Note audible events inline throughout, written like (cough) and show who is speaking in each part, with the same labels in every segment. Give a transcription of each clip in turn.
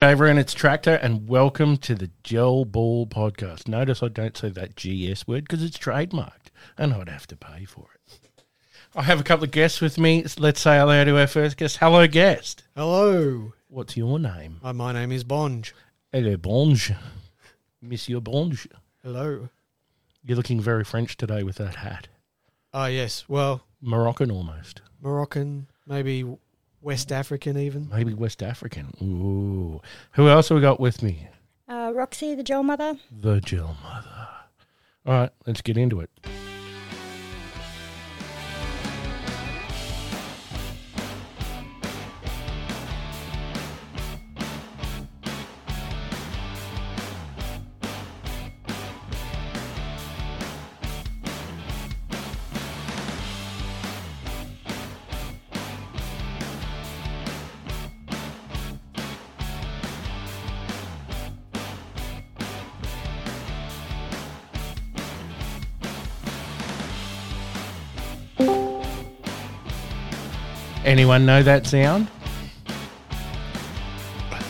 Speaker 1: Cavour and its tractor, and welcome to the Gel Ball podcast. Notice I don't say that GS word because it's trademarked and I'd have to pay for it. I have a couple of guests with me. Let's say hello to our first guest. Hello, guest.
Speaker 2: Hello,
Speaker 1: What's your name?
Speaker 2: uh, my name is Bonge.
Speaker 1: Hello, Bonge. Monsieur Bonge.
Speaker 2: Hello.
Speaker 1: You're looking very French today with that hat.
Speaker 2: Ah, yes. Well,
Speaker 1: Moroccan almost.
Speaker 2: Moroccan, maybe West African, even.
Speaker 1: Maybe West African. Ooh. Who else have we got with me?
Speaker 3: Uh, Roxy, the Joel mother.
Speaker 1: The Jill Mother. All right, let's get into it. Anyone know that sound?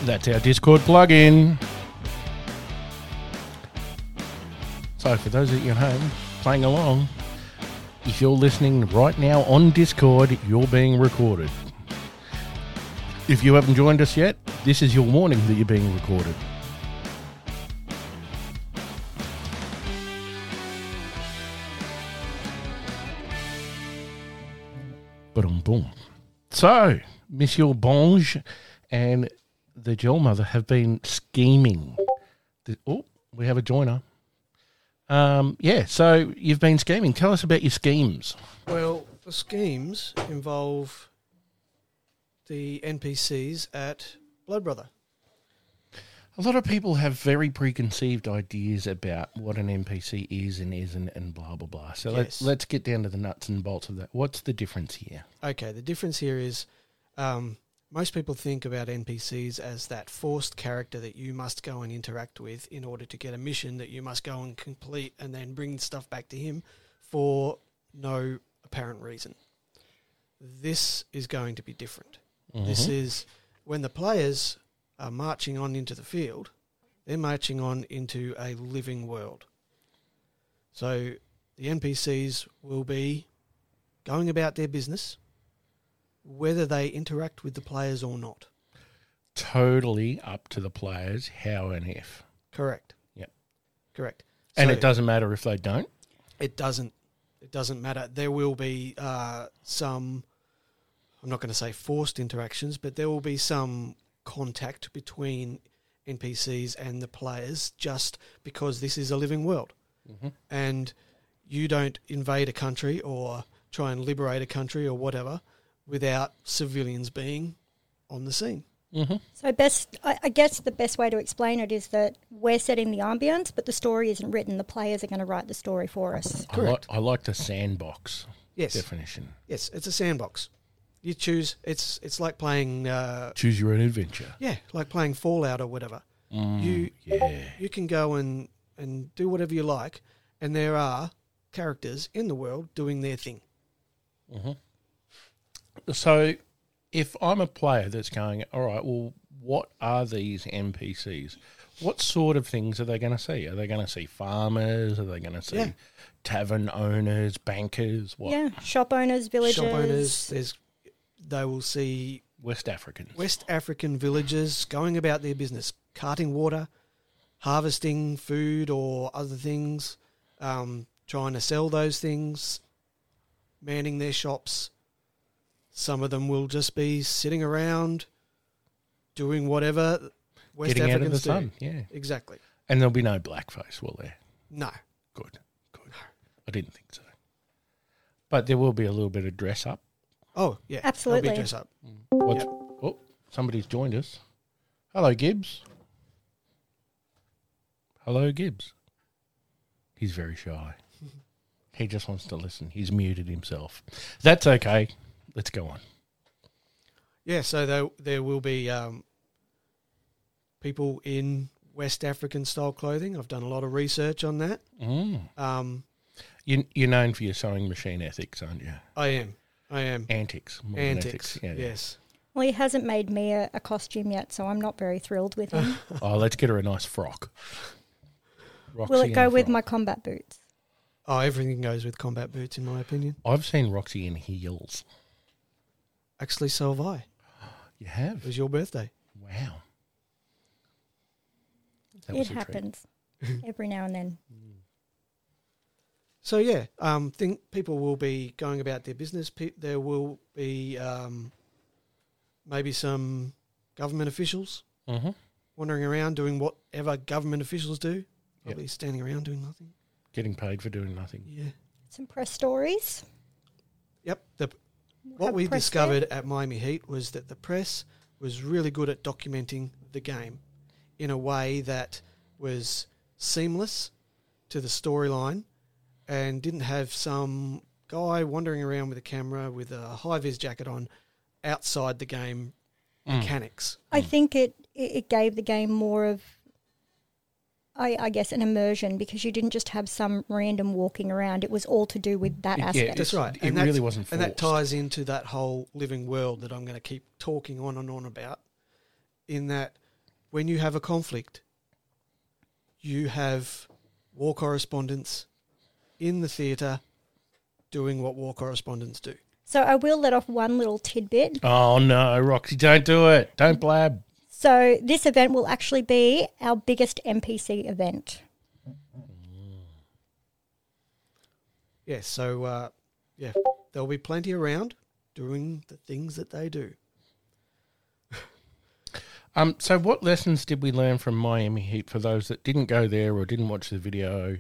Speaker 1: That's our Discord plugin. So, for those at your home playing along, if you're listening right now on Discord, you're being recorded. If you haven't joined us yet, this is your warning that you're being recorded. But um, boom. So, Monsieur Bonge and the Joel Mother have been scheming. The- oh, we have a joiner. Um, yeah, so you've been scheming. Tell us about your schemes.
Speaker 2: Well, the schemes involve the NPCs at Blood Brother.
Speaker 1: A lot of people have very preconceived ideas about what an NPC is and isn't and blah, blah, blah. So let's,
Speaker 2: Yes.
Speaker 1: let's get down to the nuts and bolts of that. What's the difference here?
Speaker 2: Okay, the difference here is um, most people think about NPCs as that forced character that you must go and interact with in order to get a mission that you must go and complete and then bring stuff back to him for no apparent reason. This is going to be different. This
Speaker 1: Mm-hmm.
Speaker 2: is when the players are marching on into the field, they're marching on into a living world. So the NPCs will be going about their business, whether they interact with the players or not.
Speaker 1: Totally up to the players how and if.
Speaker 2: Correct.
Speaker 1: Yep.
Speaker 2: Correct.
Speaker 1: And
Speaker 2: So
Speaker 1: it doesn't matter if they don't.
Speaker 2: It doesn't. It doesn't matter. There will be uh, some. I'm not going to say forced interactions, but there will be some contact between NPCs and the players, just because this is a living world, and you don't invade a country or try and liberate a country or whatever without civilians being on the scene.
Speaker 3: So best, I, I guess the best way to explain it is that we're setting the ambience, but the story isn't written. The players are going to write the story for us.
Speaker 2: Correct.
Speaker 1: I, like, I like the sandbox
Speaker 2: Yes.
Speaker 1: definition.
Speaker 2: Yes, it's a sandbox. You choose. It's it's like playing. Uh,
Speaker 1: Choose your own adventure.
Speaker 2: yeah, like playing Fallout or whatever. you
Speaker 1: yeah.
Speaker 2: you can go and and do whatever you like, and there are characters in the world doing their thing.
Speaker 1: So, if I'm a player that's going, all right, well, what are these NPCs? What sort of things are they going to see? Are they going to see farmers? Are they going to see
Speaker 2: Yeah.
Speaker 1: tavern owners, bankers? What?
Speaker 3: Yeah, shop owners, villagers.
Speaker 2: Shop owners. There's they will see
Speaker 1: West Africans.
Speaker 2: West African villagers going about their business, carting water, harvesting food or other things, um, trying to sell those things, manning their shops. Some of them will just be sitting around doing whatever West
Speaker 1: getting out of
Speaker 2: Africans
Speaker 1: the
Speaker 2: do.
Speaker 1: sun. Yeah.
Speaker 2: Exactly.
Speaker 1: And there'll be no blackface, will there?
Speaker 2: No.
Speaker 1: Good. Good. I didn't think so. But there will be a little bit of dress up.
Speaker 2: Oh, yeah. They'll be
Speaker 3: Absolutely.
Speaker 2: dress up.
Speaker 1: What's, Oh, somebody's joined us. Hello, Gibbs. Hello, Gibbs. He's very shy. He just wants to listen. He's muted himself. That's okay. Let's go on.
Speaker 2: Yeah, so there, there will be um, people in West African style clothing. I've done a lot of research on that.
Speaker 1: Mm.
Speaker 2: Um,
Speaker 1: You, you're known for your sewing machine ethics, aren't you?
Speaker 2: I am. I am.
Speaker 1: Antics. more than
Speaker 2: Antics.
Speaker 1: Yeah, yeah.
Speaker 2: yes.
Speaker 3: Well, he hasn't made me a, a costume yet, so I'm not very thrilled
Speaker 1: (laughs)
Speaker 3: with him.
Speaker 1: Oh, let's get her a nice frock.
Speaker 3: Will
Speaker 1: Roxy
Speaker 3: it
Speaker 1: in
Speaker 3: go
Speaker 1: a
Speaker 3: with
Speaker 1: frock.
Speaker 3: my combat boots?
Speaker 2: Oh, everything goes with combat boots, in my opinion.
Speaker 1: I've seen Roxy in heels.
Speaker 2: Actually, so have I.
Speaker 1: You
Speaker 2: It
Speaker 1: have?
Speaker 2: was your birthday.
Speaker 1: Wow. a
Speaker 3: it
Speaker 1: treat.
Speaker 3: happens
Speaker 1: (laughs)
Speaker 3: every now and then.
Speaker 2: So yeah, um, think people will be going about their business. Pe- there will be um, maybe some government officials
Speaker 1: Mhm.
Speaker 2: wandering around doing whatever government officials do. Probably standing around doing nothing.
Speaker 1: Getting paid for doing nothing.
Speaker 2: Yeah.
Speaker 3: Some press stories.
Speaker 2: Yep. The,
Speaker 3: We'll
Speaker 2: what
Speaker 3: have
Speaker 2: we
Speaker 3: press
Speaker 2: discovered at Miami Heat was that the press was really good at documenting the game in a way that was seamless to the storyline and didn't have some guy wandering around with a camera with a high vis jacket on outside the game mechanics.
Speaker 3: I think it, it it gave the game more of, I, I guess, an immersion because you didn't just have some random walking around. It was all to do with that
Speaker 1: Yeah,
Speaker 3: aspect.
Speaker 2: That's right.
Speaker 1: It really wasn't
Speaker 2: And
Speaker 1: forced.
Speaker 2: that ties into that whole living world that I'm going to keep talking on and on about. In that, when you have a conflict, you have war correspondents in the theatre doing what war correspondents do.
Speaker 3: So I will let off one little tidbit.
Speaker 1: Oh, no, Roxy, don't do it.
Speaker 3: Mm.
Speaker 1: Don't blab.
Speaker 3: So this event will actually be our biggest NPC event.
Speaker 2: Yeah, so, uh, yeah, there'll be plenty around doing the things that they do.
Speaker 1: Um, so, what lessons did we learn from Miami Heat for those that didn't go there or didn't watch the video?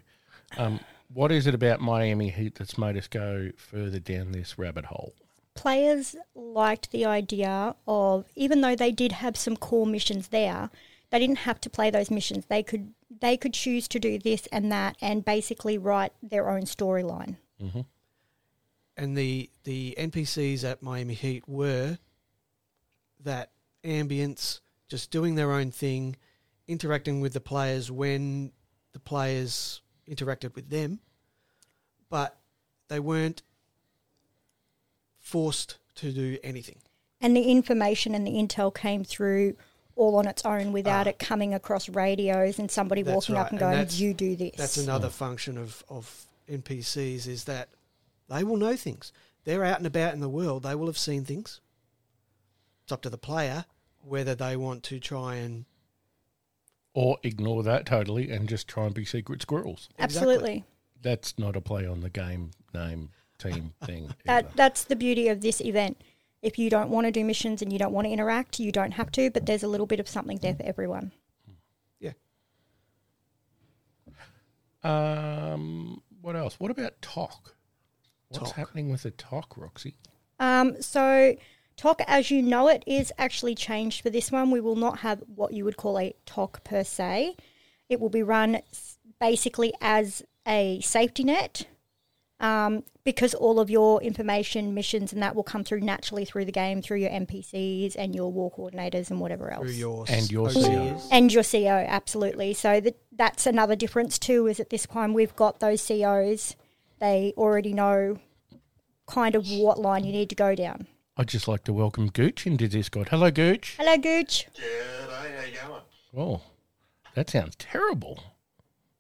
Speaker 1: Um, what is it about Miami Heat that's made us go further down this rabbit hole?
Speaker 3: players liked the idea of even though they did have some core missions there they didn't have to play those missions they could they could choose to do this and that and basically write their own storyline
Speaker 2: and the the NPCs at Miami Heat were that ambience, just doing their own thing, interacting with the players when the players interacted with them, but they weren't forced to do anything.
Speaker 3: and the information and the intel came through all on its own without it coming across radios and somebody
Speaker 2: Ah. That's
Speaker 3: walking
Speaker 2: right,
Speaker 3: up
Speaker 2: and
Speaker 3: and going
Speaker 2: that's-
Speaker 3: you do this
Speaker 2: That's another function of, of NPCs is that they will know things. They're out and about in the world. They will have seen things. It's up to the player whether they want to try and
Speaker 1: Or ignore that totally and just try and be secret squirrels.
Speaker 2: Exactly.
Speaker 3: absolutely
Speaker 1: That's not a play on the game name
Speaker 3: (laughs)
Speaker 1: team thing. either.
Speaker 3: That that's the beauty of this event. If you don't want to do missions and you don't want to interact, you don't have to, but there's a little bit of something there for everyone.
Speaker 2: Yeah.
Speaker 1: Um, what else? What about talk? What's
Speaker 2: Talk.
Speaker 1: happening with the talk, Roxy?
Speaker 3: Um, so TOC as you know it is actually changed for this one. We will not have what you would call a TOC per se. It will be run s- basically as a safety net um, because all of your information, missions, and that will come through naturally through the game, through your NPCs and your war coordinators and whatever else.
Speaker 2: through your
Speaker 1: And your E
Speaker 2: OCs.
Speaker 3: And your CO, absolutely. So that that's another difference too. Is at this time we've got those COs; they already know kind of what line you need to go down.
Speaker 1: I'd just like to welcome Gooch into Discord. Hello, Gooch.
Speaker 3: Hello, Gooch.
Speaker 4: Good. Hey, how you going?
Speaker 1: Oh, that sounds terrible.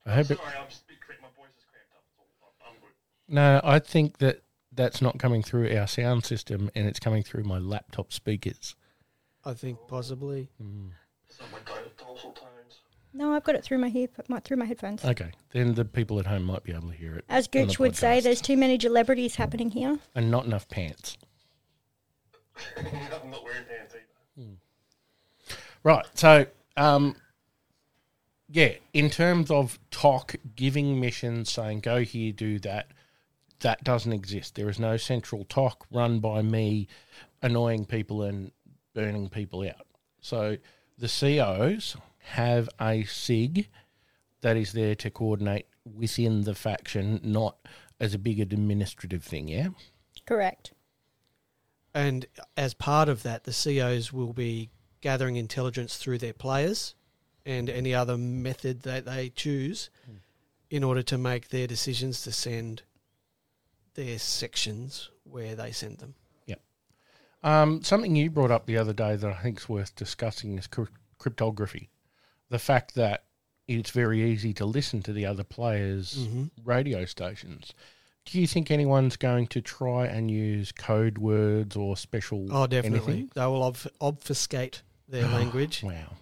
Speaker 1: I hope it,
Speaker 4: Sorry, I'm just a bit cramped. My voice is cramped up. It's all- I'm- I'm good.
Speaker 1: no. I think that that's not coming through our sound system, and it's coming through my laptop speakers.
Speaker 2: I think possibly.
Speaker 4: Someone go to dorsal tones.
Speaker 3: No, I've got it through my head, my, through my headphones.
Speaker 1: Okay, then the people at home might be able to hear it.
Speaker 3: As
Speaker 1: on the
Speaker 3: Gooch would say,
Speaker 1: podcast.
Speaker 3: there's too many celebrities happening here.
Speaker 1: and not enough pants.
Speaker 4: I'm not wearing pants either.
Speaker 1: Hmm. Right. So, um, yeah, in terms of talk, giving missions, saying go here, do that, that doesn't exist. There is no central talk run by me, annoying people and burning people out. So the COs have a SIG that is there to coordinate within the faction, not as a big administrative thing. Yeah.
Speaker 3: Correct.
Speaker 2: And as part of that, the COs will be gathering intelligence through their players and any other method that they choose
Speaker 1: Hmm.
Speaker 2: in order to make their decisions to send their sections where they send them.
Speaker 1: Um, something you brought up the other day that I think is worth discussing is cryp- cryptography. The fact that it's very easy to listen to the other players'
Speaker 2: Mm-hmm.
Speaker 1: radio stations. Do you think anyone's going to try and use code words or special?
Speaker 2: Oh, definitely.
Speaker 1: anything?
Speaker 2: They will obf- obfuscate
Speaker 1: (gasps)
Speaker 2: their language.
Speaker 1: Wow.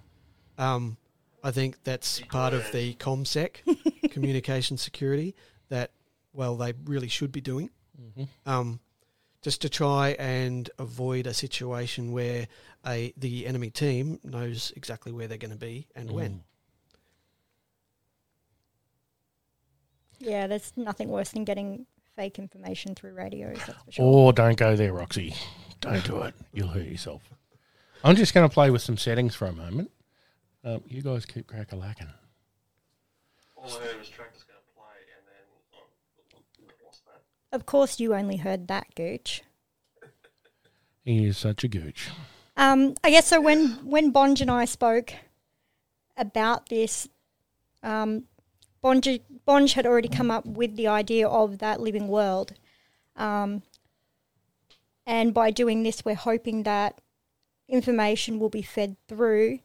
Speaker 2: Um, I think that's part of the ComSec, communication security, that, well, they really should be doing. Um, just to try and avoid a situation where a the enemy team knows exactly where they're going to be and when.
Speaker 3: Yeah, there's nothing worse than getting fake information through radios. That's for sure.
Speaker 1: Or don't go there, Roxy. Don't do it. You'll hurt yourself. I'm just going to play with some settings for a moment. Um, you guys keep crack a lacking.
Speaker 4: All I heard was Tractor's going to play, and then oh, lost that.
Speaker 3: Of course, you only heard that, Gooch.
Speaker 1: He is such a gooch.
Speaker 3: Um, I guess so. When when Bonj and I spoke about this, um, Bonj Bonj had already come up with the idea of that living world, um, and by doing this, we're hoping that information will be fed through,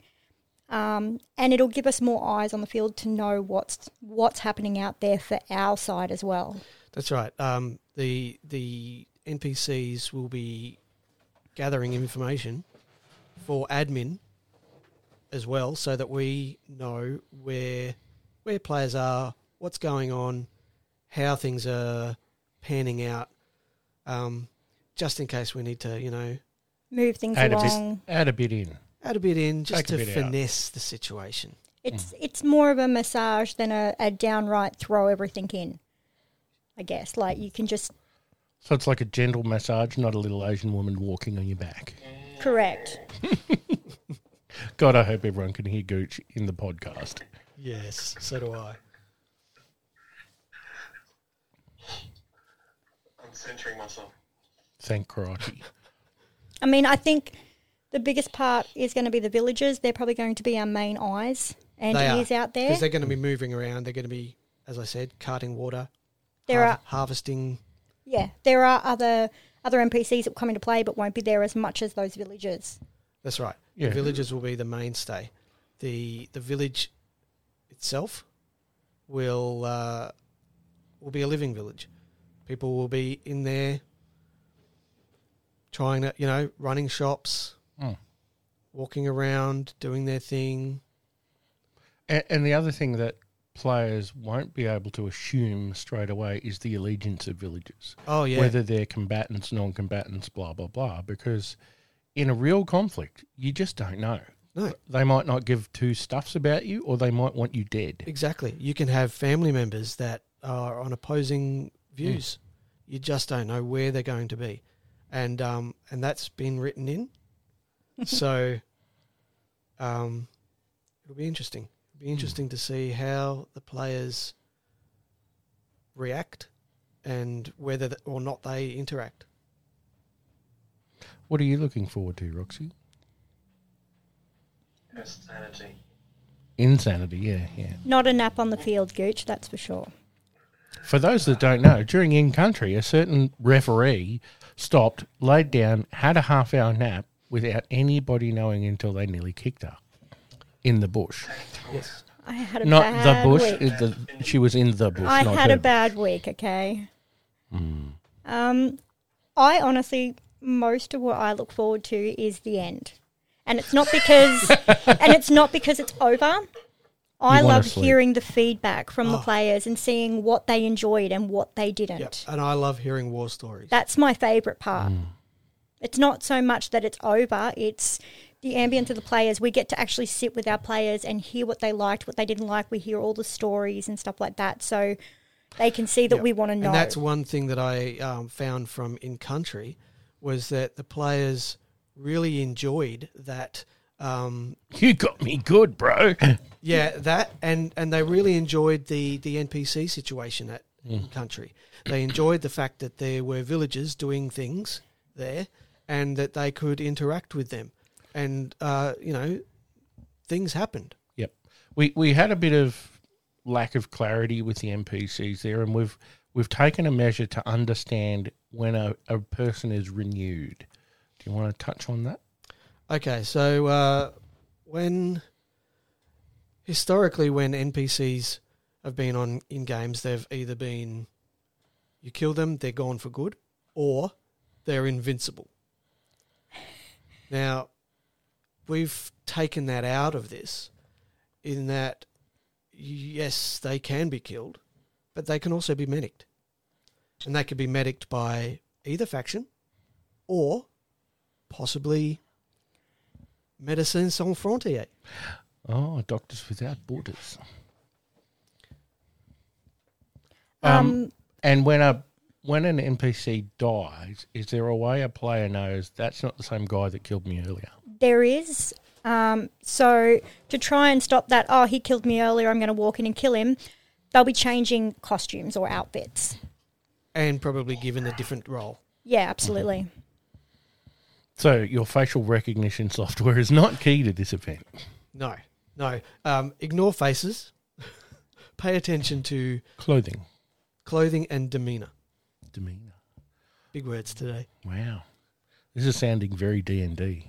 Speaker 3: um, and it'll give us more eyes on the field to know what's what's happening out there for our side as well.
Speaker 2: That's right. Um, the the NPCs will be gathering information for admin as well, so that we know where where players are, what's going on, how things are panning out, um, just in case we need to, you know,
Speaker 3: Move things
Speaker 1: Add a bit,
Speaker 3: along.
Speaker 1: add a bit in.
Speaker 2: add a bit in just
Speaker 1: Take a
Speaker 2: to
Speaker 1: bit out.
Speaker 2: finesse the situation.
Speaker 3: It's it's more of a massage than a, a downright throw everything in. I guess. Like you can just
Speaker 1: So it's like a gentle massage, not a little Asian woman walking on your back.
Speaker 3: correct.
Speaker 1: God, I hope everyone can hear Gooch in the podcast.
Speaker 2: Yes, so do I.
Speaker 4: I'm censoring myself.
Speaker 1: Thank crikey.
Speaker 3: I mean, I think the biggest part is going to be the villagers. They're probably going to be our main eyes and
Speaker 2: They are,
Speaker 3: ears out there.
Speaker 2: Because they're going to be moving around. They're going to be, as I said, carting water.
Speaker 3: There
Speaker 2: har-
Speaker 3: are
Speaker 2: harvesting.
Speaker 3: yeah, there are other other NPCs that will come into play, but won't be there as much as those villagers.
Speaker 2: That's right.
Speaker 1: Yeah.
Speaker 2: The villagers will be the mainstay. The the village itself will uh, will be a living village. People will be in there trying to, you know, running shops,
Speaker 1: Mm.
Speaker 2: walking around, doing their thing.
Speaker 1: And, and the other thing that players won't be able to assume straight away is the allegiance of villagers.
Speaker 2: Oh yeah.
Speaker 1: whether they're combatants, non combatants, blah, blah, blah. Because in a real conflict, you just don't know.
Speaker 2: No.
Speaker 1: They might not give two stuffs about you or they might want you dead.
Speaker 2: Exactly. You can have family members that are on opposing views. You just don't know where they're going to be, and um, and that's been written in. so, um, it'll be interesting. It'll be interesting to see how the players react, and whether th- or not they interact.
Speaker 1: What are you looking forward to, Roxy?
Speaker 4: Insanity.
Speaker 1: Insanity, yeah, yeah.
Speaker 3: Not a nap on the field, Gooch. That's for sure.
Speaker 1: For those that don't know, during in country, a certain referee stopped, laid down, had a half hour nap without anybody knowing until they nearly kicked her in the bush.
Speaker 2: Yes.
Speaker 3: I had a
Speaker 1: Not the
Speaker 3: bad
Speaker 1: bush.
Speaker 3: week.
Speaker 1: it- the- she was in the bush.
Speaker 3: I
Speaker 1: not Hmm.
Speaker 3: had
Speaker 1: her
Speaker 3: a bad week, okay? Um, I honestly, most of what I look forward to is the end. And it's not because,
Speaker 1: (laughs)
Speaker 3: and it's not because it's over. I
Speaker 1: wanna
Speaker 3: love
Speaker 1: sleep. Ah.
Speaker 3: hearing the feedback from the
Speaker 2: Oh.
Speaker 3: players and seeing what they enjoyed and what they didn't.
Speaker 2: Yep. And I love hearing war stories.
Speaker 3: That's my favourite part. It's not so much that it's over, it's the ambience of the players. We get to actually sit with our players and hear what they liked, what they didn't like. We hear all the stories and stuff like that. So they can see that
Speaker 2: Yeah.
Speaker 3: we want to know.
Speaker 2: And that's one thing that I um, found from in country was that the players really enjoyed that. Um,
Speaker 1: You got me good, bro. (coughs)
Speaker 2: yeah, that and and they really enjoyed the the NPC situation at in country. They enjoyed the fact that there were villagers doing things there, and that they could interact with them, and uh, you know, things happened.
Speaker 1: Yep. We we had a bit of lack of clarity with the NPCs there, and we've we've taken a measure to understand when a, a person is renewed. Do you want to touch on that?
Speaker 2: Okay, so uh, when historically, when NPCs have been on in games, they've either been you kill them, they're gone for good, or they're invincible. Now, we've taken that out of this, in that yes, they can be killed, but they can also be medicked, and they can be medicked by either faction, or possibly Medicine Sans Frontier.
Speaker 1: Oh, Doctors Without Borders.
Speaker 3: Um,
Speaker 1: And when a when an NPC dies, is there a way a player knows that's not the same guy that killed me earlier?
Speaker 3: there is. Um, so to try and stop that, oh, he killed me earlier. I'm going to walk in and kill him. They'll be changing costumes or outfits.
Speaker 2: and probably given a different role.
Speaker 3: Yeah, absolutely.
Speaker 1: So your facial recognition (laughs) software is not key to this event.
Speaker 2: No, no. Um, ignore faces. (laughs) Pay attention to
Speaker 1: Clothing,
Speaker 2: clothing and demeanor.
Speaker 1: demeanor.
Speaker 2: Big words today.
Speaker 1: Wow, this is sounding very D and D.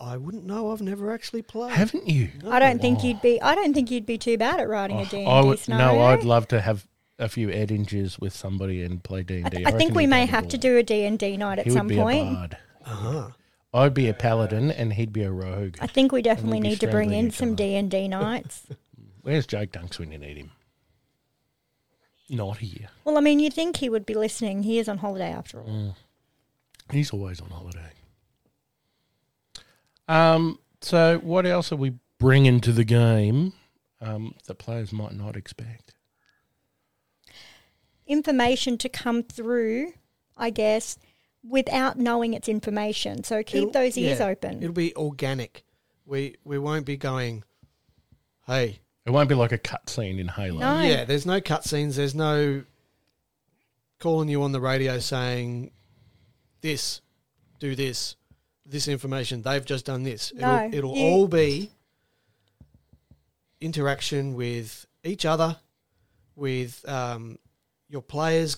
Speaker 2: I wouldn't know. I've never actually played.
Speaker 1: Haven't you? Oh,
Speaker 3: I don't think you'd be. I don't think you'd be too bad at writing a D
Speaker 1: I
Speaker 3: and D
Speaker 1: would,
Speaker 3: scenario.
Speaker 1: no, I'd love to have a few edinges with somebody and play D
Speaker 3: I
Speaker 1: and
Speaker 3: th-
Speaker 1: D.
Speaker 3: I think we may have to do a D and D night at
Speaker 1: He
Speaker 3: some
Speaker 1: would be a
Speaker 3: point.
Speaker 1: bard.
Speaker 2: Uh-huh.
Speaker 1: I'd be a paladin and he'd be a rogue.
Speaker 3: I think we definitely
Speaker 1: be
Speaker 3: need to bring
Speaker 1: strangling
Speaker 3: in
Speaker 1: each
Speaker 3: some
Speaker 1: other.
Speaker 3: D
Speaker 1: (laughs)
Speaker 3: and D nights.
Speaker 1: Where's Jake Dunks when you need him? Not here.
Speaker 3: well, I mean, you think he would be listening? He is on holiday after all.
Speaker 1: Mm. He's always on holiday. Um. So, what else are we bringing to the game um, that players might not expect?
Speaker 3: Information to come through, I guess, without knowing it's information. So keep
Speaker 2: It'll-
Speaker 3: those ears
Speaker 2: yeah,
Speaker 3: open.
Speaker 2: It'll be organic. We we won't be going. Hey,
Speaker 1: It won't be like a cutscene in Halo.
Speaker 3: No.
Speaker 2: yeah. There's no cutscenes. There's no calling you on the radio saying this, do this, this information. They've just done this.
Speaker 3: No,
Speaker 2: it'll it'll
Speaker 3: you-
Speaker 2: all be interaction with each other, with um, your players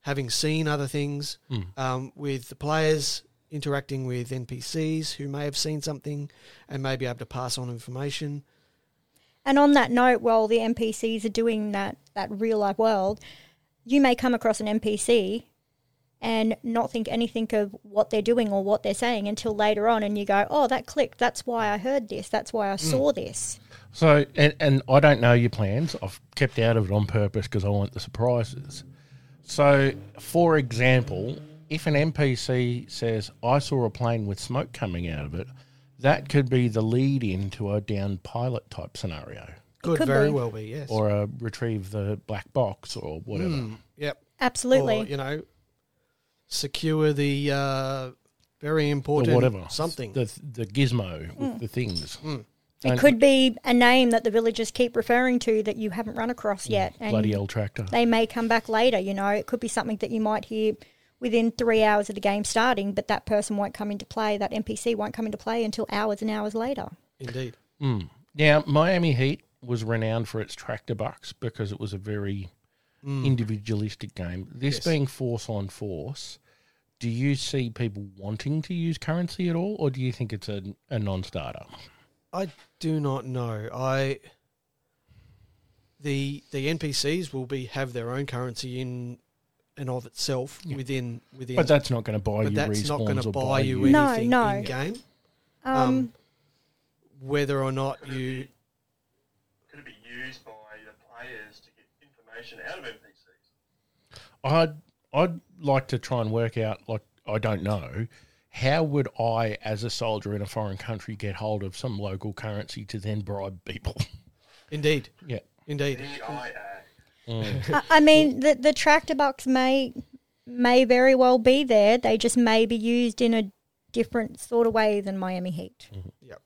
Speaker 2: having seen other things, um, with the players interacting with NPCs who may have seen something and may be able to pass on information.
Speaker 3: And on that note, while the NPCs are doing that, that real life world, you may come across an NPC and not think anything of what they're doing or what they're saying until later on, and you go, "Oh, that clicked. That's why I heard this. That's why I saw this."
Speaker 1: So, and, and I don't know your plans. I've kept out of it on purpose because I want the surprises. So, for example, if an NPC says, I saw a plane with smoke coming out of it, that could be the lead in to a downed pilot type scenario
Speaker 2: Could,
Speaker 3: could
Speaker 2: very
Speaker 3: be.
Speaker 2: well be yes.
Speaker 1: or a retrieve the black box or whatever.
Speaker 2: yep.
Speaker 3: Absolutely.
Speaker 2: Or, you know, secure the uh, very
Speaker 1: Or
Speaker 2: important
Speaker 1: whatever.
Speaker 2: something.
Speaker 1: The, the gizmo with the things.
Speaker 3: it could be a name that the villagers keep referring to that you haven't run across yet, and
Speaker 1: Bloody old tractor.
Speaker 3: they may come back later. You know, it could be something that you might hear within three hours of the game starting, but that person won't come into play. That NPC won't come into play until hours and hours later.
Speaker 2: Indeed.
Speaker 1: Now, Miami Heat was renowned for its tractor bucks because it was a very
Speaker 2: Mm.
Speaker 1: individualistic game. This being force on force, do you see people wanting to use currency at all, or do you think it's a, a non starter?
Speaker 2: I do not know. I the the NPCs will be have their own currency in and of itself within within.
Speaker 1: But that's not going to buy
Speaker 2: but
Speaker 1: you
Speaker 2: that's
Speaker 1: respawns
Speaker 2: not going to
Speaker 1: or
Speaker 2: buy you
Speaker 3: No,
Speaker 2: anything
Speaker 3: no.
Speaker 2: in game.
Speaker 3: Um,
Speaker 2: Whether or not you
Speaker 4: Could it be used by the players to get information out of NPCs?
Speaker 1: I'd I'd like to try and work out like I don't know how would I as a soldier in a foreign country get hold of some local currency to then bribe people? (laughs)
Speaker 2: indeed
Speaker 1: yeah.
Speaker 2: indeed
Speaker 4: DIA.
Speaker 3: I- I mean, the the tractor box may may very well be there. They just may be used in a different sort of way than Miami Heat.
Speaker 2: yep.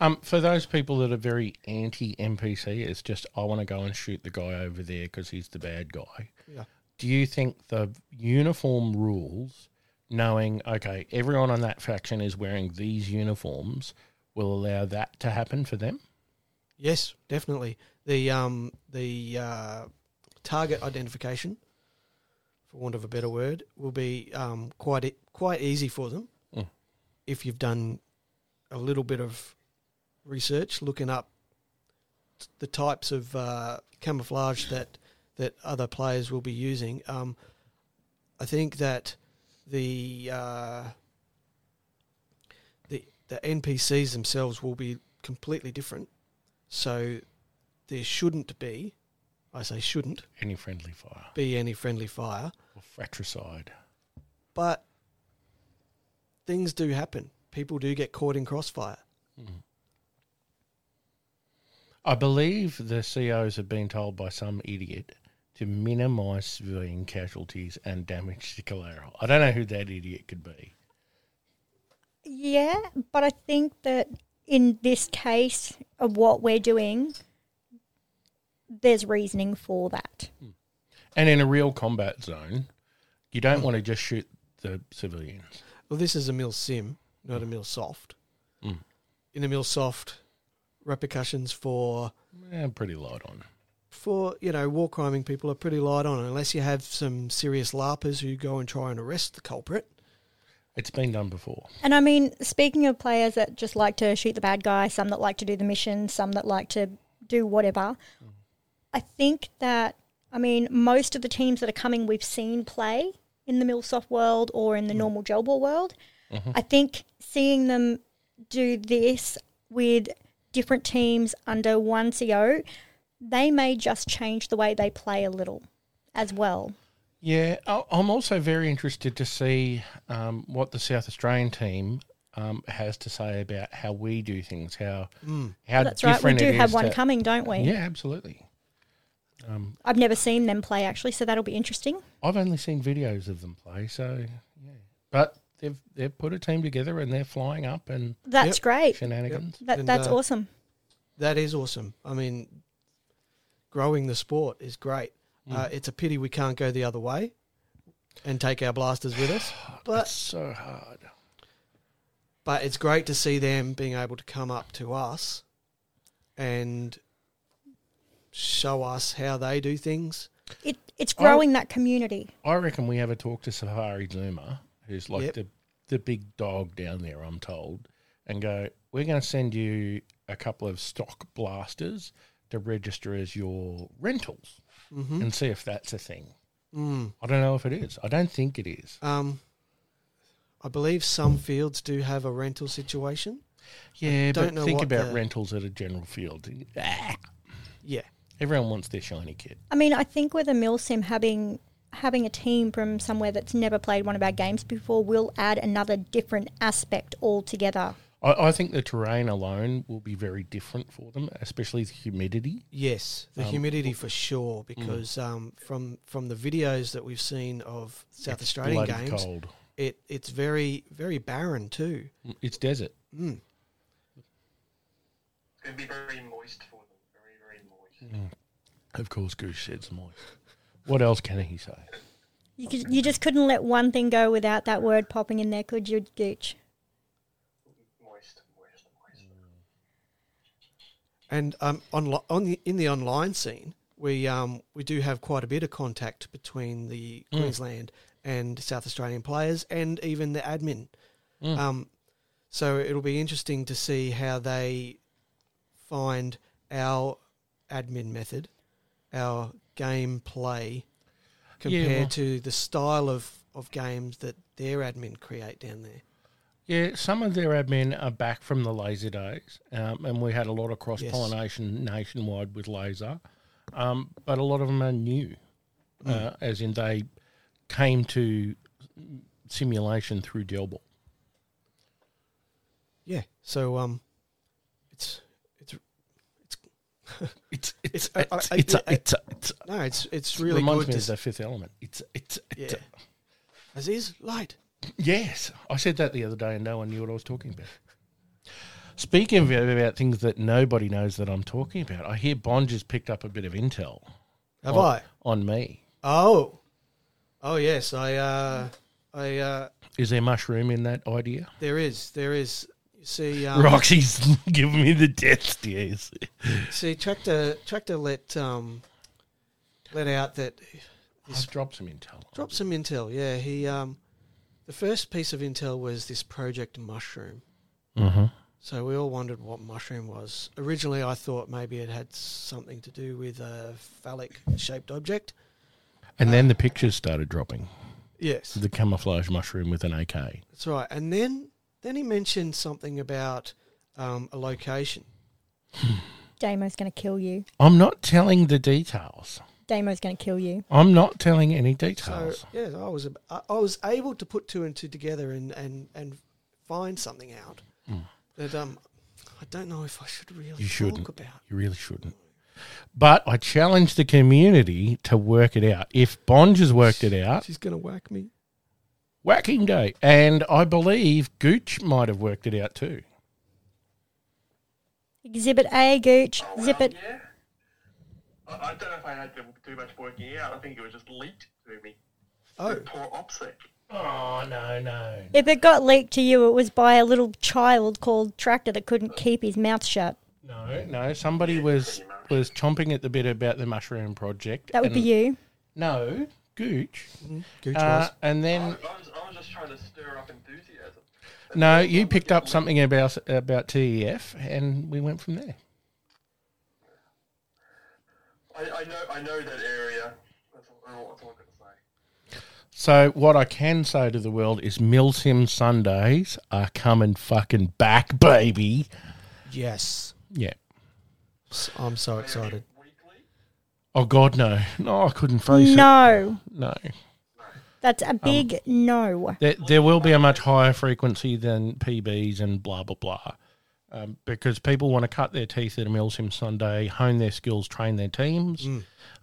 Speaker 1: Um, for those people that are very anti NPC, it's just I want to go and shoot the guy over there because he's the bad guy.
Speaker 2: Yeah.
Speaker 1: Do you think the uniform rules, knowing okay, everyone on that faction is wearing these uniforms, will allow that to happen for them?
Speaker 2: Yes, definitely. The um the uh, target identification, for want of a better word, will be um quite e- quite easy for them if you've done a little bit of research, looking up t- the types of uh, camouflage that that other players will be using. Um, I think that the uh, the the NPCs themselves will be completely different, so there shouldn't be. I say shouldn't
Speaker 1: Any friendly fire
Speaker 2: be any friendly fire,
Speaker 1: or fratricide.
Speaker 2: but things do happen. People do get caught in crossfire.
Speaker 1: I believe the COs have been told by some idiot to minimise civilian casualties and damage to collateral. I don't know who that idiot could be.
Speaker 3: Yeah, but I think that in this case of what we're doing, there's reasoning for that.
Speaker 1: And in a real combat zone, you don't want to just shoot the civilians.
Speaker 2: Well, this is a mill sim, not a mill soft.
Speaker 1: Mm.
Speaker 2: In a mill soft, repercussions for
Speaker 1: Eh, pretty light on.
Speaker 2: for you know war criming people are pretty light on, unless you have some serious larpers who go and try and arrest the culprit.
Speaker 1: It's been done before.
Speaker 3: And I mean, speaking of players that just like to shoot the bad guy, some that like to do the mission, some that like to do whatever,
Speaker 1: Mm-hmm.
Speaker 3: I think that, I mean, most of the teams that are coming we've seen play in the Millsoft world or
Speaker 1: Mm-hmm.
Speaker 3: in the normal Joe Ball world. I think seeing them do this with different teams under one CO, they may just change the way they play a little as well.
Speaker 1: Yeah, I- I'm also very interested to see um, what the South Australian team um, has to say about how we do things. How how
Speaker 3: That's right.
Speaker 1: different
Speaker 3: We do
Speaker 1: it
Speaker 3: have
Speaker 1: is
Speaker 3: one
Speaker 1: to-
Speaker 3: coming, don't we?
Speaker 1: Yeah, absolutely.
Speaker 3: I've never seen them play actually, so that'll be interesting.
Speaker 1: I've only seen videos of them play, so yeah. But they've they've put a team together and they're flying up and
Speaker 3: That's
Speaker 2: Yep.
Speaker 3: great.
Speaker 1: shenanigans.
Speaker 3: That,
Speaker 2: And,
Speaker 3: that's
Speaker 2: uh,
Speaker 3: awesome.
Speaker 2: That is awesome. I mean, growing the sport is great. Uh, it's a pity we can't go the other way and take our blasters with (sighs) us, but
Speaker 1: It's so hard.
Speaker 2: but it's great to see them being able to come up to us and show us how they do things.
Speaker 3: It, it's
Speaker 1: I-
Speaker 3: growing that community.
Speaker 1: I reckon we have a talk to Safari Zuma, who's like
Speaker 2: Yep.
Speaker 1: the the big dog down there, I'm told, and go, We're gonna send you a couple of stock blasters to register as your rentals and see if that's a thing.
Speaker 2: Mm.
Speaker 1: I don't know if it is. I don't think it is.
Speaker 2: Um, I believe some fields do have a rental situation.
Speaker 1: Yeah,
Speaker 2: don't
Speaker 1: but
Speaker 2: know
Speaker 1: think
Speaker 2: what
Speaker 1: about
Speaker 2: the-
Speaker 1: rentals at a general field. Ah,
Speaker 2: Yeah,
Speaker 1: everyone wants their shiny kit.
Speaker 3: I mean, I think with a Milsim having having a team from somewhere that's never played one of our games before will add another different aspect altogether.
Speaker 1: I, I think the terrain alone will be very different for them, especially the humidity.
Speaker 2: yes, Um, the humidity for sure. Because um, from from the videos that we've seen of South Australian
Speaker 1: Bloody
Speaker 2: games,
Speaker 1: cold.
Speaker 2: it it's very very barren too.
Speaker 1: It's desert.
Speaker 4: It's going to be very moist for them. Very, very moist.
Speaker 1: Mm. Of course, Goose said some moist. What else can he say?
Speaker 3: You, could, you just couldn't let one thing go without that word popping in there, could you, Gooch?
Speaker 4: Moist, moist, moist.
Speaker 2: And um, on, on the, in the online scene, we um, we do have quite a bit of contact between the Queensland and South Australian players, and even the admin. Um, so it'll be interesting to see how they find our admin method, our gameplay, compared
Speaker 1: well-
Speaker 2: to the style of, of games that their admin create down there.
Speaker 1: Yeah, some of their admin are back from the laser days, um, and we had a lot of cross pollination nationwide with laser, um, but a lot of them are new, uh,
Speaker 2: Hmm.
Speaker 1: as in they came to simulation through Delball.
Speaker 2: Yeah. So um, it's it's
Speaker 1: It's
Speaker 2: It's-
Speaker 1: it's
Speaker 2: I-
Speaker 1: it's
Speaker 2: I-
Speaker 1: it's
Speaker 2: I- I-
Speaker 1: it's it's
Speaker 2: no, it's it's really
Speaker 1: reminds me
Speaker 2: good to
Speaker 1: of the Fifth Element. It's it's it's.
Speaker 2: Yeah. As is light.
Speaker 1: Yes, I said that the other day, and no one knew what I was talking about. Speaking of, about things that nobody knows that I'm talking about, I hear Bond has picked up a bit of intel
Speaker 2: Have
Speaker 1: on,
Speaker 2: I?
Speaker 1: on me.
Speaker 2: Oh. Oh yes, I uh I uh
Speaker 1: Is there mushroom in that idea?
Speaker 2: there is. There is you see um
Speaker 1: Roxy's (laughs) giving me the death stares.
Speaker 2: see tractor tractor let um let out that
Speaker 1: I've dropped some intel.
Speaker 2: drop some intel. Yeah, he um The first piece of intel was this Project Mushroom.
Speaker 1: Mm-hmm.
Speaker 2: So we all wondered what mushroom was. Originally, I thought maybe it had something to do with a phallic shaped object.
Speaker 1: And then the pictures started dropping.
Speaker 2: Yes.
Speaker 1: The camouflage mushroom with an AK.
Speaker 2: That's right. And then then he mentioned something about um, a location.
Speaker 3: Damo's going to kill you.
Speaker 1: I'm not telling the details.
Speaker 3: Damo's going to kill you.
Speaker 1: I'm not telling any
Speaker 2: So
Speaker 1: details.
Speaker 2: yeah, I was ab- I I was able to put two and two together and and and find something out that um I don't know if I should really
Speaker 1: Mm. You shouldn't.
Speaker 2: talk about.
Speaker 1: You really shouldn't. But I challenge the community to work it out. If Bonge has worked it out,
Speaker 2: She's gonna whack me.
Speaker 1: whacking day. And I believe Gooch might have worked it out too.
Speaker 3: Exhibit A, Gooch.
Speaker 4: Oh,
Speaker 3: Zip
Speaker 4: well,
Speaker 3: it.
Speaker 4: Yeah. I, I don't know if I had to do much working out. I think it was just leaked to me.
Speaker 1: Uh,
Speaker 2: Oh,
Speaker 4: Poor OPSEC.
Speaker 1: Oh, no, no.
Speaker 3: If it got leaked to you, it was by a little child called Tractor that couldn't keep his mouth shut.
Speaker 1: No, no. Somebody was was chomping at the bit about the mushroom project.
Speaker 3: That would
Speaker 1: and-
Speaker 3: be you.
Speaker 1: No, Gooch.
Speaker 2: Gooch
Speaker 1: Uh,
Speaker 2: was.
Speaker 1: and
Speaker 4: I, I,
Speaker 1: then
Speaker 4: was, I was just trying to stir up enthusiasm.
Speaker 1: no, you picked up something about about TEF, and we went from there.
Speaker 4: I, I know I know that area. That's all, that's all, that's all I'm going to say.
Speaker 1: So what I can say to the world is Milsim Sundays are coming fucking back, baby.
Speaker 2: Yes,
Speaker 1: Yeah.
Speaker 2: S- I'm so excited.
Speaker 4: Weekly?
Speaker 1: Oh God, no, no, I couldn't face it.
Speaker 3: No.
Speaker 1: No,
Speaker 3: That's
Speaker 2: Um,
Speaker 3: a big no.
Speaker 1: there, there will be a much higher frequency than PBs and blah blah blah, um, because people want to cut their teeth at a Milsim Sunday, hone their skills, train their teams,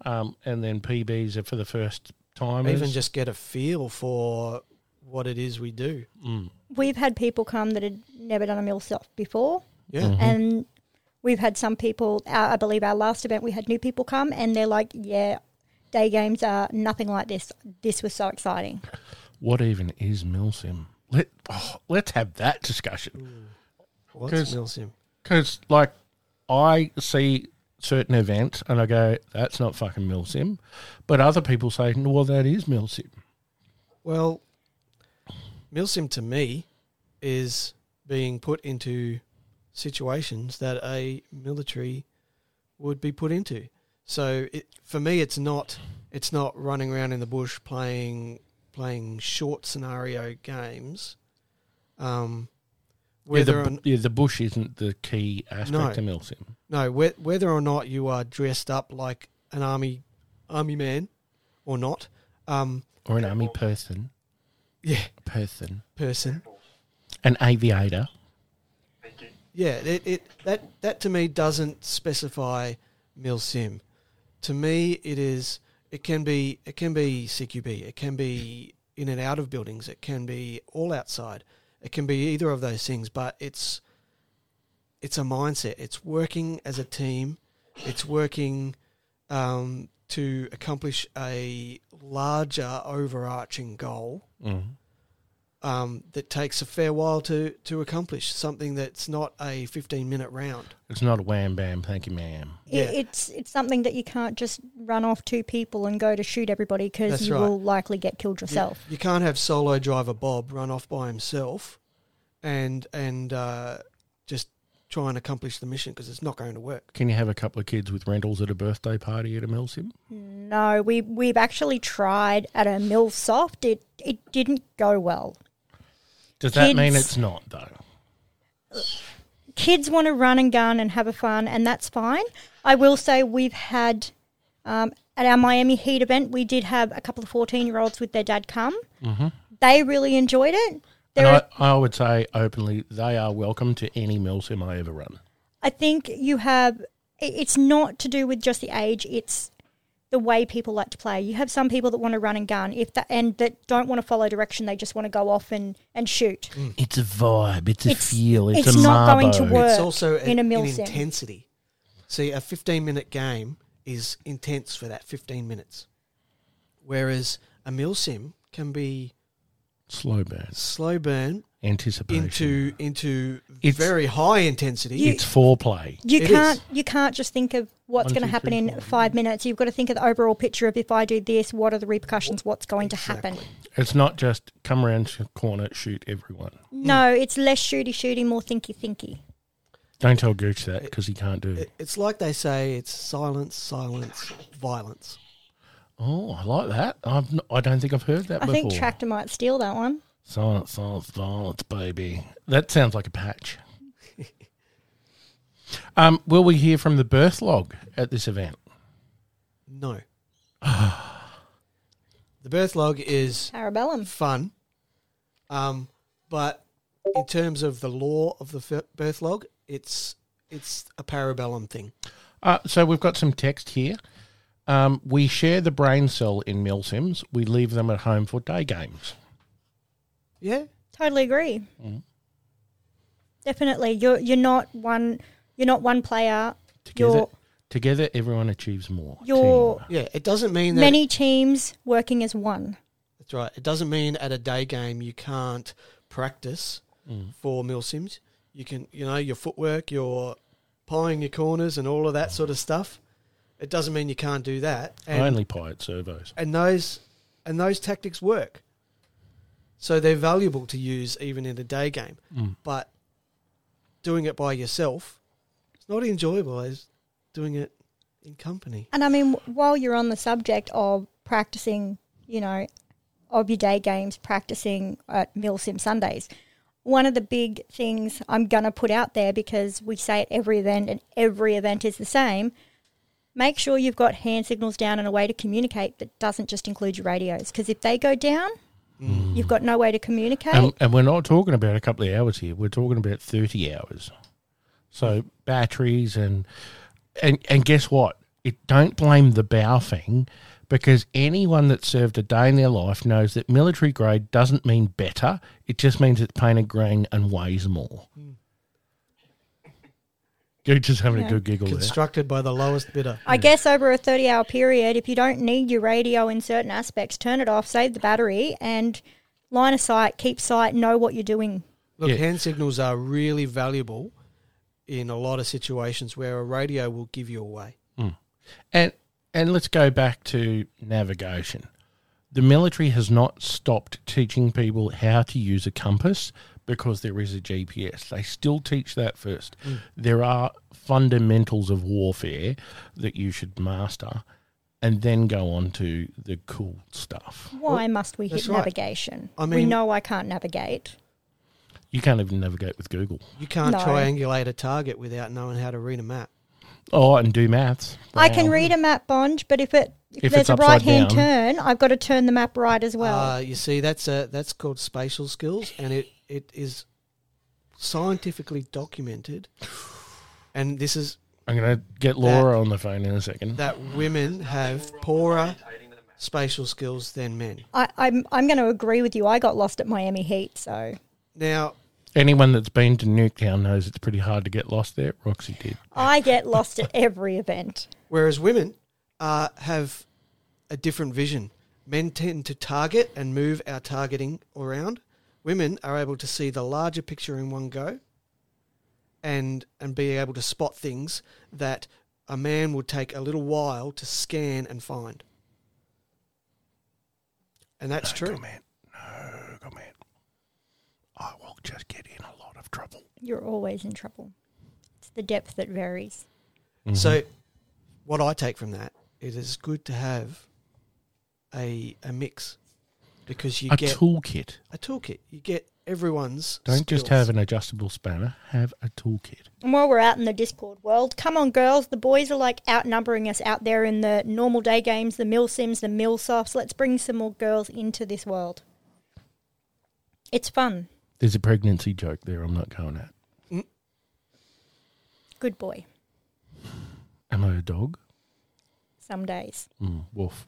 Speaker 1: um, and then PBs are for the first time.
Speaker 2: Even just get a feel for what it is we do.
Speaker 3: We've had people come that had never done a meal self before,
Speaker 2: Yeah.
Speaker 1: Mm.
Speaker 3: and we've had some people. Uh, I believe our last event, we had new people come, and they're like, "Yeah, day games are nothing like this. This was so exciting."
Speaker 1: what even is Milsim? Let oh, let's have that discussion
Speaker 2: What's
Speaker 1: 'Cause-
Speaker 2: Milsim?
Speaker 1: because like I see certain events and I go, that's not fucking Milsim, but other people say, "No, well, that is Milsim.
Speaker 2: Well, Milsim to me is being put into situations that a military would be put into. So it, for me, it's not it's not running around in the bush playing playing short scenario games. Um,
Speaker 1: Yeah,
Speaker 2: whether
Speaker 1: the,
Speaker 2: or,
Speaker 1: bu- yeah, the bush isn't the key aspect
Speaker 2: No.
Speaker 1: of Milsim.
Speaker 2: No, whe- whether or not you are dressed up like an army army man or not, um,
Speaker 1: Or an army person,
Speaker 2: yeah,
Speaker 1: person,
Speaker 2: person,
Speaker 1: an aviator.
Speaker 4: Thank you.
Speaker 2: yeah, it, it that that to me doesn't specify milsim. To me, it is it can be it can be CQB, it can be in and out of buildings, it can be all outside, it can be either of those things. But it's it's a mindset. It's working as a team. It's working um, to accomplish a larger overarching goal
Speaker 1: Mm.
Speaker 2: um, that takes a fair while to to accomplish. Something that's not a fifteen minute round.
Speaker 1: It's not a wham bam, thank you, ma'am.
Speaker 2: Yeah.
Speaker 3: It, it's it's something that you can't just run off two people and go to shoot everybody because
Speaker 2: That's
Speaker 3: you
Speaker 2: right.
Speaker 3: will likely get killed yourself.
Speaker 2: You can't have solo driver Bob run off by himself and and uh, just try and accomplish the mission because it's not going to work.
Speaker 1: Can you have a couple of kids with rentals at a birthday party at a Milsim?
Speaker 3: No, we we've actually tried at a mill soft. It it didn't go well.
Speaker 1: Does that mean
Speaker 3: Kids.
Speaker 1: it's not, though?
Speaker 3: kids want to run and gun and have a fun, and that's fine. I will say we've had um, at our Miami Heat event, we did have a couple of fourteen-year-olds with their dad come. They really enjoyed it. There,
Speaker 1: Mm-hmm. And I,
Speaker 3: are,
Speaker 1: I would say openly, they are welcome to any Milsim I ever run.
Speaker 3: I think you have. i- It's not to do with just the age; it's the way people like to play. You have some people that want to run and gun, if that, and that don't want to follow direction. They just want to go off and and shoot.
Speaker 1: It's a vibe. It's a
Speaker 3: It's-
Speaker 1: feel. It's,
Speaker 3: it's
Speaker 1: a
Speaker 3: not going to
Speaker 1: marbo.
Speaker 3: work.
Speaker 2: It's also
Speaker 3: in
Speaker 2: an,
Speaker 3: a
Speaker 2: an
Speaker 3: Milsim.
Speaker 2: intensity. See, a 15 minute game is intense for that 15 minutes. Whereas a mill sim can be
Speaker 1: Slow burn.
Speaker 2: slow burn
Speaker 1: Anticipation.
Speaker 2: into into
Speaker 1: It's-
Speaker 2: very high intensity.
Speaker 1: it's foreplay.
Speaker 3: You
Speaker 2: It
Speaker 3: can't
Speaker 2: is.
Speaker 3: you can't just think of what's
Speaker 1: One,
Speaker 3: going to
Speaker 1: two,
Speaker 3: happen
Speaker 1: three,
Speaker 3: in
Speaker 1: four,
Speaker 3: five minutes. You've got to think of the overall picture of if I do this, what are the repercussions? What's going to happen?
Speaker 2: Exactly.
Speaker 1: It's not just come around the corner, shoot everyone.
Speaker 3: No, it's less shooty shooty, more thinky thinky.
Speaker 1: Don't tell Gooch that because he can't do it.
Speaker 2: It- It's like they say it's silence, silence, violence.
Speaker 1: Oh, I like that. I've n- I don't think I've heard that
Speaker 3: I
Speaker 1: before.
Speaker 3: think Tractor might steal that one.
Speaker 1: Silence, silence, violence, baby. That sounds like a
Speaker 3: (laughs)
Speaker 1: patch. um, will we hear from the birth log at this event?
Speaker 2: No. (sighs) the birth log is
Speaker 3: Parabellum.
Speaker 2: fun, um, but in terms of the law of the fir- birth log, it's it's a parabellum thing.
Speaker 1: Uh, so we've got some text here. Um, we share the brain cell in mill sims. We leave them at home for day games.
Speaker 2: Yeah,
Speaker 3: Totally agree.
Speaker 1: Mm.
Speaker 3: Definitely. You're you're not one you're not one player.
Speaker 1: Together,
Speaker 3: You're-
Speaker 1: together everyone achieves more.
Speaker 3: You're-
Speaker 1: Team.
Speaker 2: yeah. It doesn't mean that
Speaker 3: Many teams working as one.
Speaker 2: That's right. It doesn't mean at a day game you can't practice for mill sims. You can, you know, your footwork, your pieing your corners, and all of that sort of stuff. It doesn't mean you can't do that. And,
Speaker 1: I only pie at servos.
Speaker 2: and those and those tactics work. So they're valuable to use even in a day game. But doing it by yourself, it's not enjoyable as doing it in company.
Speaker 3: And I mean, while you're on the subject of practicing, you know, of your day games, practicing at Mill Sim Sundays, one of the big things I'm going to put out there because we say at every event and every event is the same make sure you've got hand signals down and a way to communicate that doesn't just include your radios. Because if they go down, you've got no way to communicate.
Speaker 1: And, Um, and we're not talking about a couple of hours here. We're talking about thirty hours. So batteries and and and guess what? It don't blame the Baofeng because anyone that served a day in their life knows that military grade doesn't mean better. It just means it's painted green and weighs more. You're just having a good giggle there.
Speaker 2: Constructed by the lowest bidder.
Speaker 3: I guess over a 30 hour period, if you don't need your radio in certain aspects, turn it off, save the battery, and line of sight, keep sight, know what you're doing.
Speaker 2: Look,
Speaker 1: Yeah.
Speaker 2: hand signals are really valuable in a lot of situations where a radio will give you away.
Speaker 1: And and let's go back to navigation. The military has not stopped teaching people how to use a compass because there is a GPS. They still teach that first. There are fundamentals of warfare that you should master and then go on to the cool stuff.
Speaker 3: Why must we hit
Speaker 2: that's right.
Speaker 3: navigation?
Speaker 2: I
Speaker 3: we
Speaker 2: mean-
Speaker 3: know I can't navigate.
Speaker 1: You can't even navigate with Google.
Speaker 2: You can't
Speaker 3: No.
Speaker 2: triangulate a target without knowing how to read a map.
Speaker 1: Oh, and do maths.
Speaker 3: I can
Speaker 1: Wow.
Speaker 3: read a map, Bond, but if it if,
Speaker 1: If it's
Speaker 3: there's a
Speaker 1: upside
Speaker 3: right hand
Speaker 1: down.
Speaker 3: turn, I've got to turn the map right as well.
Speaker 2: Uh, you see, that's a that's called spatial skills, and it, it is scientifically documented. And this is
Speaker 1: I'm going to get Laura on the phone in a second.
Speaker 2: that women have poorer spatial skills than men.
Speaker 3: I, I'm I'm going to agree with you. I got lost at Miami Heat, so
Speaker 2: Now,
Speaker 1: Anyone that's been to Nuketown knows it's pretty hard to get lost there. Roxy did.
Speaker 3: I get lost at every event.
Speaker 2: Whereas women uh, have a different vision. Men tend to target and move our targeting around. Women are able to see the larger picture in one go and and be able to spot things that a man would take a little while to scan and find. And that's true.
Speaker 1: comment. No comment. I will just get in a lot of trouble.
Speaker 3: You're always in trouble. It's the depth that varies.
Speaker 2: So, what I take from that, it is good to have a a mix because you
Speaker 1: a
Speaker 2: get
Speaker 1: toolkit.
Speaker 2: a toolkit. You get everyone's.
Speaker 1: Don't just have an adjustable spanner. Have a toolkit.
Speaker 3: And while we're out in the Discord world, come on, girls. The boys are like outnumbering us out there in the normal day games, the mill sims, the mill softs. Let's bring some more girls into this world. It's fun.
Speaker 1: There's a pregnancy joke there. I'm not going at.
Speaker 3: Good boy.
Speaker 1: Am I a dog?
Speaker 3: Some days.
Speaker 1: Mm, wolf.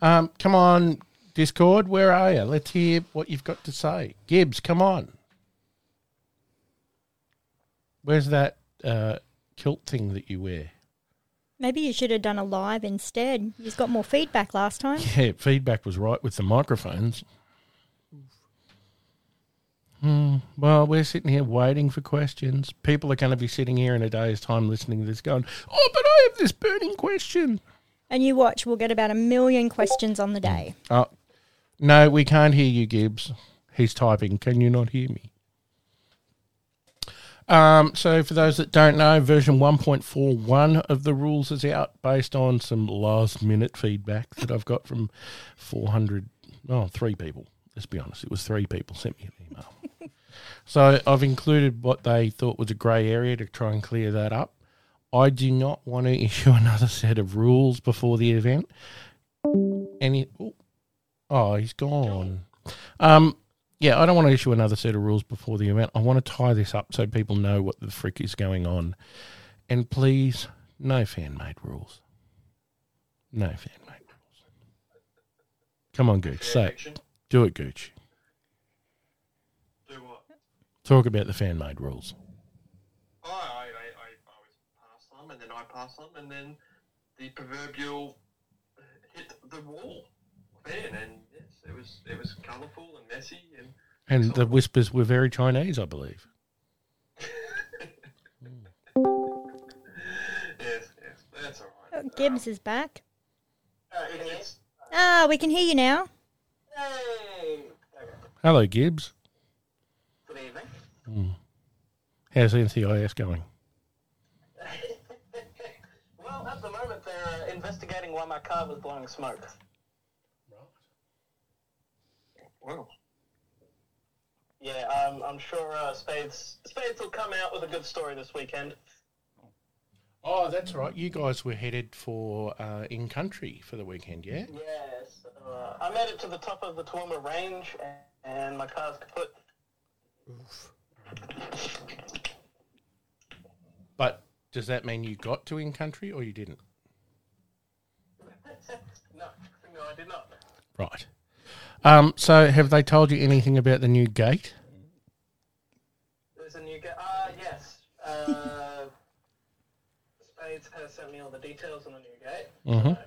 Speaker 1: Um, come on, Discord. Where are you? Let's hear what you've got to say. Gibbs, come on. Where's that uh, kilt thing that you wear?
Speaker 3: Maybe you should have done a live instead. You've got more feedback last time.
Speaker 1: (laughs) Yeah, feedback was right with the microphones. Hmm. Well, we're sitting here waiting for questions. People are going to be sitting here in a day's time listening to this going, oh, but I have this burning question.
Speaker 3: And you watch, we'll get about a million questions on the day.
Speaker 1: Oh, No, we can't hear you, Gibbs. He's typing. Can you not hear me? Um, so, for those that don't know, version 1.41 of the rules is out based on some last minute feedback that I've got from 400, oh, three people. Let's be honest, it was three people sent me an email. so, I've included what they thought was a grey area to try and clear that up. I do not want to (laughs) issue another set of rules before the event. Any, oh, oh, he's gone. Um, yeah, I don't want to issue another set of rules before the event. I want to tie this up so people know what the frick is going on. And please, no fan made rules. No fan made rules. Come on, Gooch.
Speaker 4: Fan
Speaker 1: Say it.
Speaker 4: fiction?
Speaker 1: Do it, Gooch.
Speaker 4: Do what?
Speaker 1: Talk about the fan made rules.
Speaker 4: Oh, I, I, I always pass some, and then I pass some, and then the proverbial hit the wall. Man, and yes, it was it was colourful and messy, and
Speaker 1: And the whispers were very Chinese, I believe.
Speaker 4: yes, yes, that's all right.
Speaker 3: Oh, (laughs) Gibbs is back.
Speaker 4: Uh, it- it's,
Speaker 3: Ah, we can hear you now.
Speaker 4: hey, okay,
Speaker 1: Hello, Gibbs.
Speaker 4: good evening.
Speaker 1: How's NCIS going?
Speaker 5: Well, at the moment they're uh, investigating why my car was blowing smoke.
Speaker 4: Well,
Speaker 5: Yeah, um, I'm sure uh, Spades Spades will come out with a good story this weekend.
Speaker 1: Oh, that's right. You guys were headed for uh, in country for the weekend, yeah?
Speaker 5: Yes, uh, I made it to the top of the Toowoomba Range, and, and my car's kaput.
Speaker 1: But does that mean you got to in country or you didn't?
Speaker 5: No, no, I did not.
Speaker 1: Right. Um, so, have they told you anything about the new gate?
Speaker 5: There's a new guy. Ah, yes. (laughs) Uh, Spades has sent me all the details on the new gate.
Speaker 1: Mhm.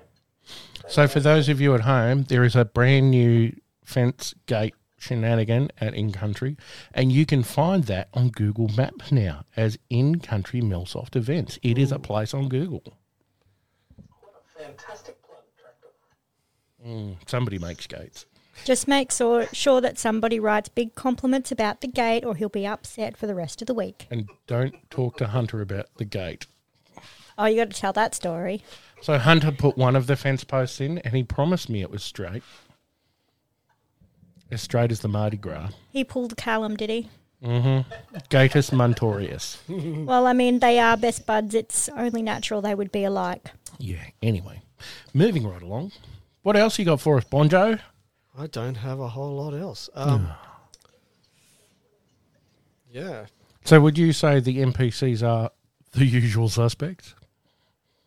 Speaker 1: So, for those of you at home, there is a brand new fence gate shenanigan at In Country, and you can find that on Google Maps now as In Country Millsoft Events. It is a place on Google.
Speaker 5: What a fantastic plug, tractor.
Speaker 1: Mm, Somebody makes gates.
Speaker 3: Just make sure, sure that somebody writes big compliments about the gate or he'll be upset for the rest of the week.
Speaker 1: And don't talk to Hunter about the gate.
Speaker 3: Oh, you got to tell that story.
Speaker 1: So, Hunter put one of the fence posts in, and he promised me it was straight. As straight as the Mardi Gras.
Speaker 3: He pulled Callum, did he?
Speaker 1: Gatus Muntorius.
Speaker 2: Mm.
Speaker 3: Well, I mean, they are best buds. It's only natural they would be alike.
Speaker 1: Yeah, anyway. Moving right along. What else you got for us, Bonjo?
Speaker 2: I don't have a whole lot else. Um, yeah.
Speaker 1: So would you say the NPCs are the usual suspects?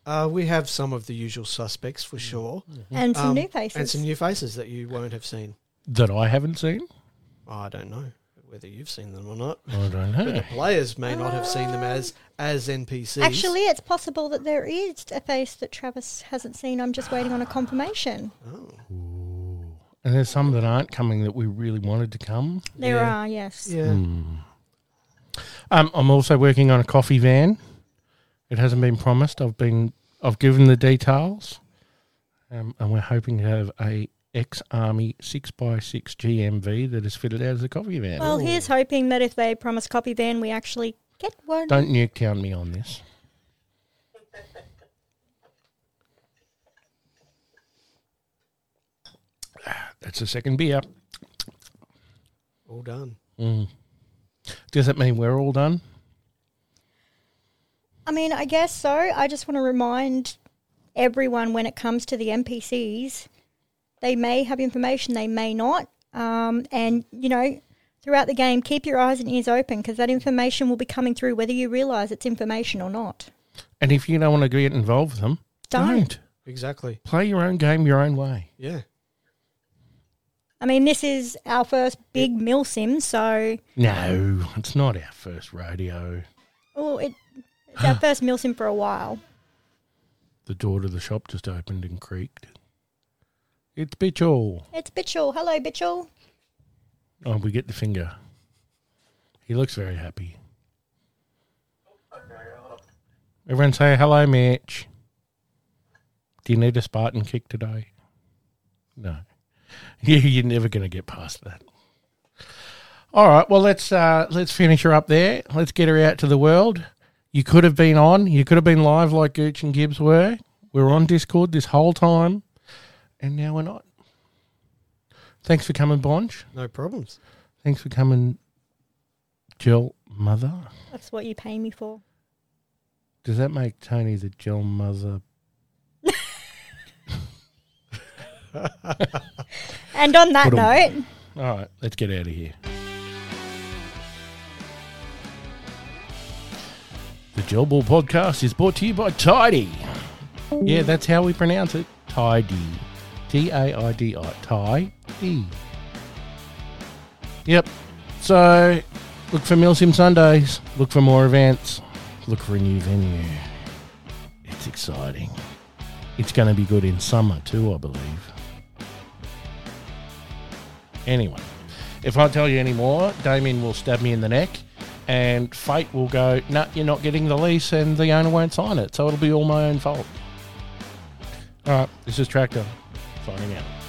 Speaker 2: Uh, we have some of the usual suspects for sure.
Speaker 3: And some
Speaker 2: Um,
Speaker 3: new faces.
Speaker 2: And some new faces that you won't have seen. Oh,
Speaker 1: That I haven't seen?
Speaker 2: I don't know whether you've seen them or not.
Speaker 1: I don't (laughs) know.
Speaker 2: Players may not have seen them as as NPCs.
Speaker 3: Actually, it's possible that there is a face that Travis hasn't seen. I'm just waiting on a confirmation.
Speaker 2: Oh.
Speaker 1: And there's some that aren't coming that we really wanted to come.
Speaker 3: There
Speaker 2: Yeah.
Speaker 3: are, yes.
Speaker 2: yeah.
Speaker 1: Hmm. Um, I'm also working on a coffee van. It hasn't been promised. I've been I've given the details. Um, and we're hoping to have a ex army six x six GMV that is fitted out as a coffee van.
Speaker 3: Well, here's hoping that if they promise copy van, we actually get one.
Speaker 1: Don't nuke count me on this. (sighs) That's the second beer.
Speaker 2: All done.
Speaker 1: Mm. Does that mean we're all done?
Speaker 3: I mean, I guess so. I just want to remind everyone when it comes to the NPCs, they may have information, they may not. Um, and, you know, throughout the game, keep your eyes and ears open because that information will be coming through whether you realize it's information or not.
Speaker 1: And if you don't want to get involved with them,
Speaker 3: Don't.
Speaker 2: Exactly.
Speaker 1: Play your own game your own way.
Speaker 2: Yeah.
Speaker 3: I mean, this is our first big mill sim, so
Speaker 1: No, it's not our first rodeo.
Speaker 3: oh, it, it's our first mill sim for a while.
Speaker 1: The door to the shop just opened and creaked. It's Bitchall.
Speaker 3: It's Bitchell. Hello, Bitchell.
Speaker 1: Oh, we get the finger. He looks very happy.
Speaker 4: okay, hold up.
Speaker 1: Everyone say hello, Mitch. Do you need a Spartan kick today? No. (laughs) You- You're never going to get past that. All right. Well, let's uh, let's finish her up there. Let's get her out to the world. You could have been on. You could have been live like Gooch and Gibbs were. We were on Discord this whole time, and now we're not. Thanks for coming, Bonge.
Speaker 2: No problems.
Speaker 1: Thanks for coming, Jill Mother.
Speaker 3: That's what you pay me for.
Speaker 1: Does that make Tony the Jill Mother?
Speaker 3: And on that
Speaker 1: Ba-dum.
Speaker 3: note,
Speaker 1: All right. Let's get out of here. The Jill Ball podcast is brought to you by Tidy. Yeah, that's how we pronounce it. Tidy. T A I D I. Tidy. Yep. So look for Milsim Sundays. Look for more events. Look for a new venue. It's exciting. It's going to be good in summer too, I believe. Anyway, if I tell you any more, Damien will stab me in the neck and fate will go, no, you're not getting the lease and the owner won't sign it. So it'll be all my own fault. All right, this is Tractor signing out.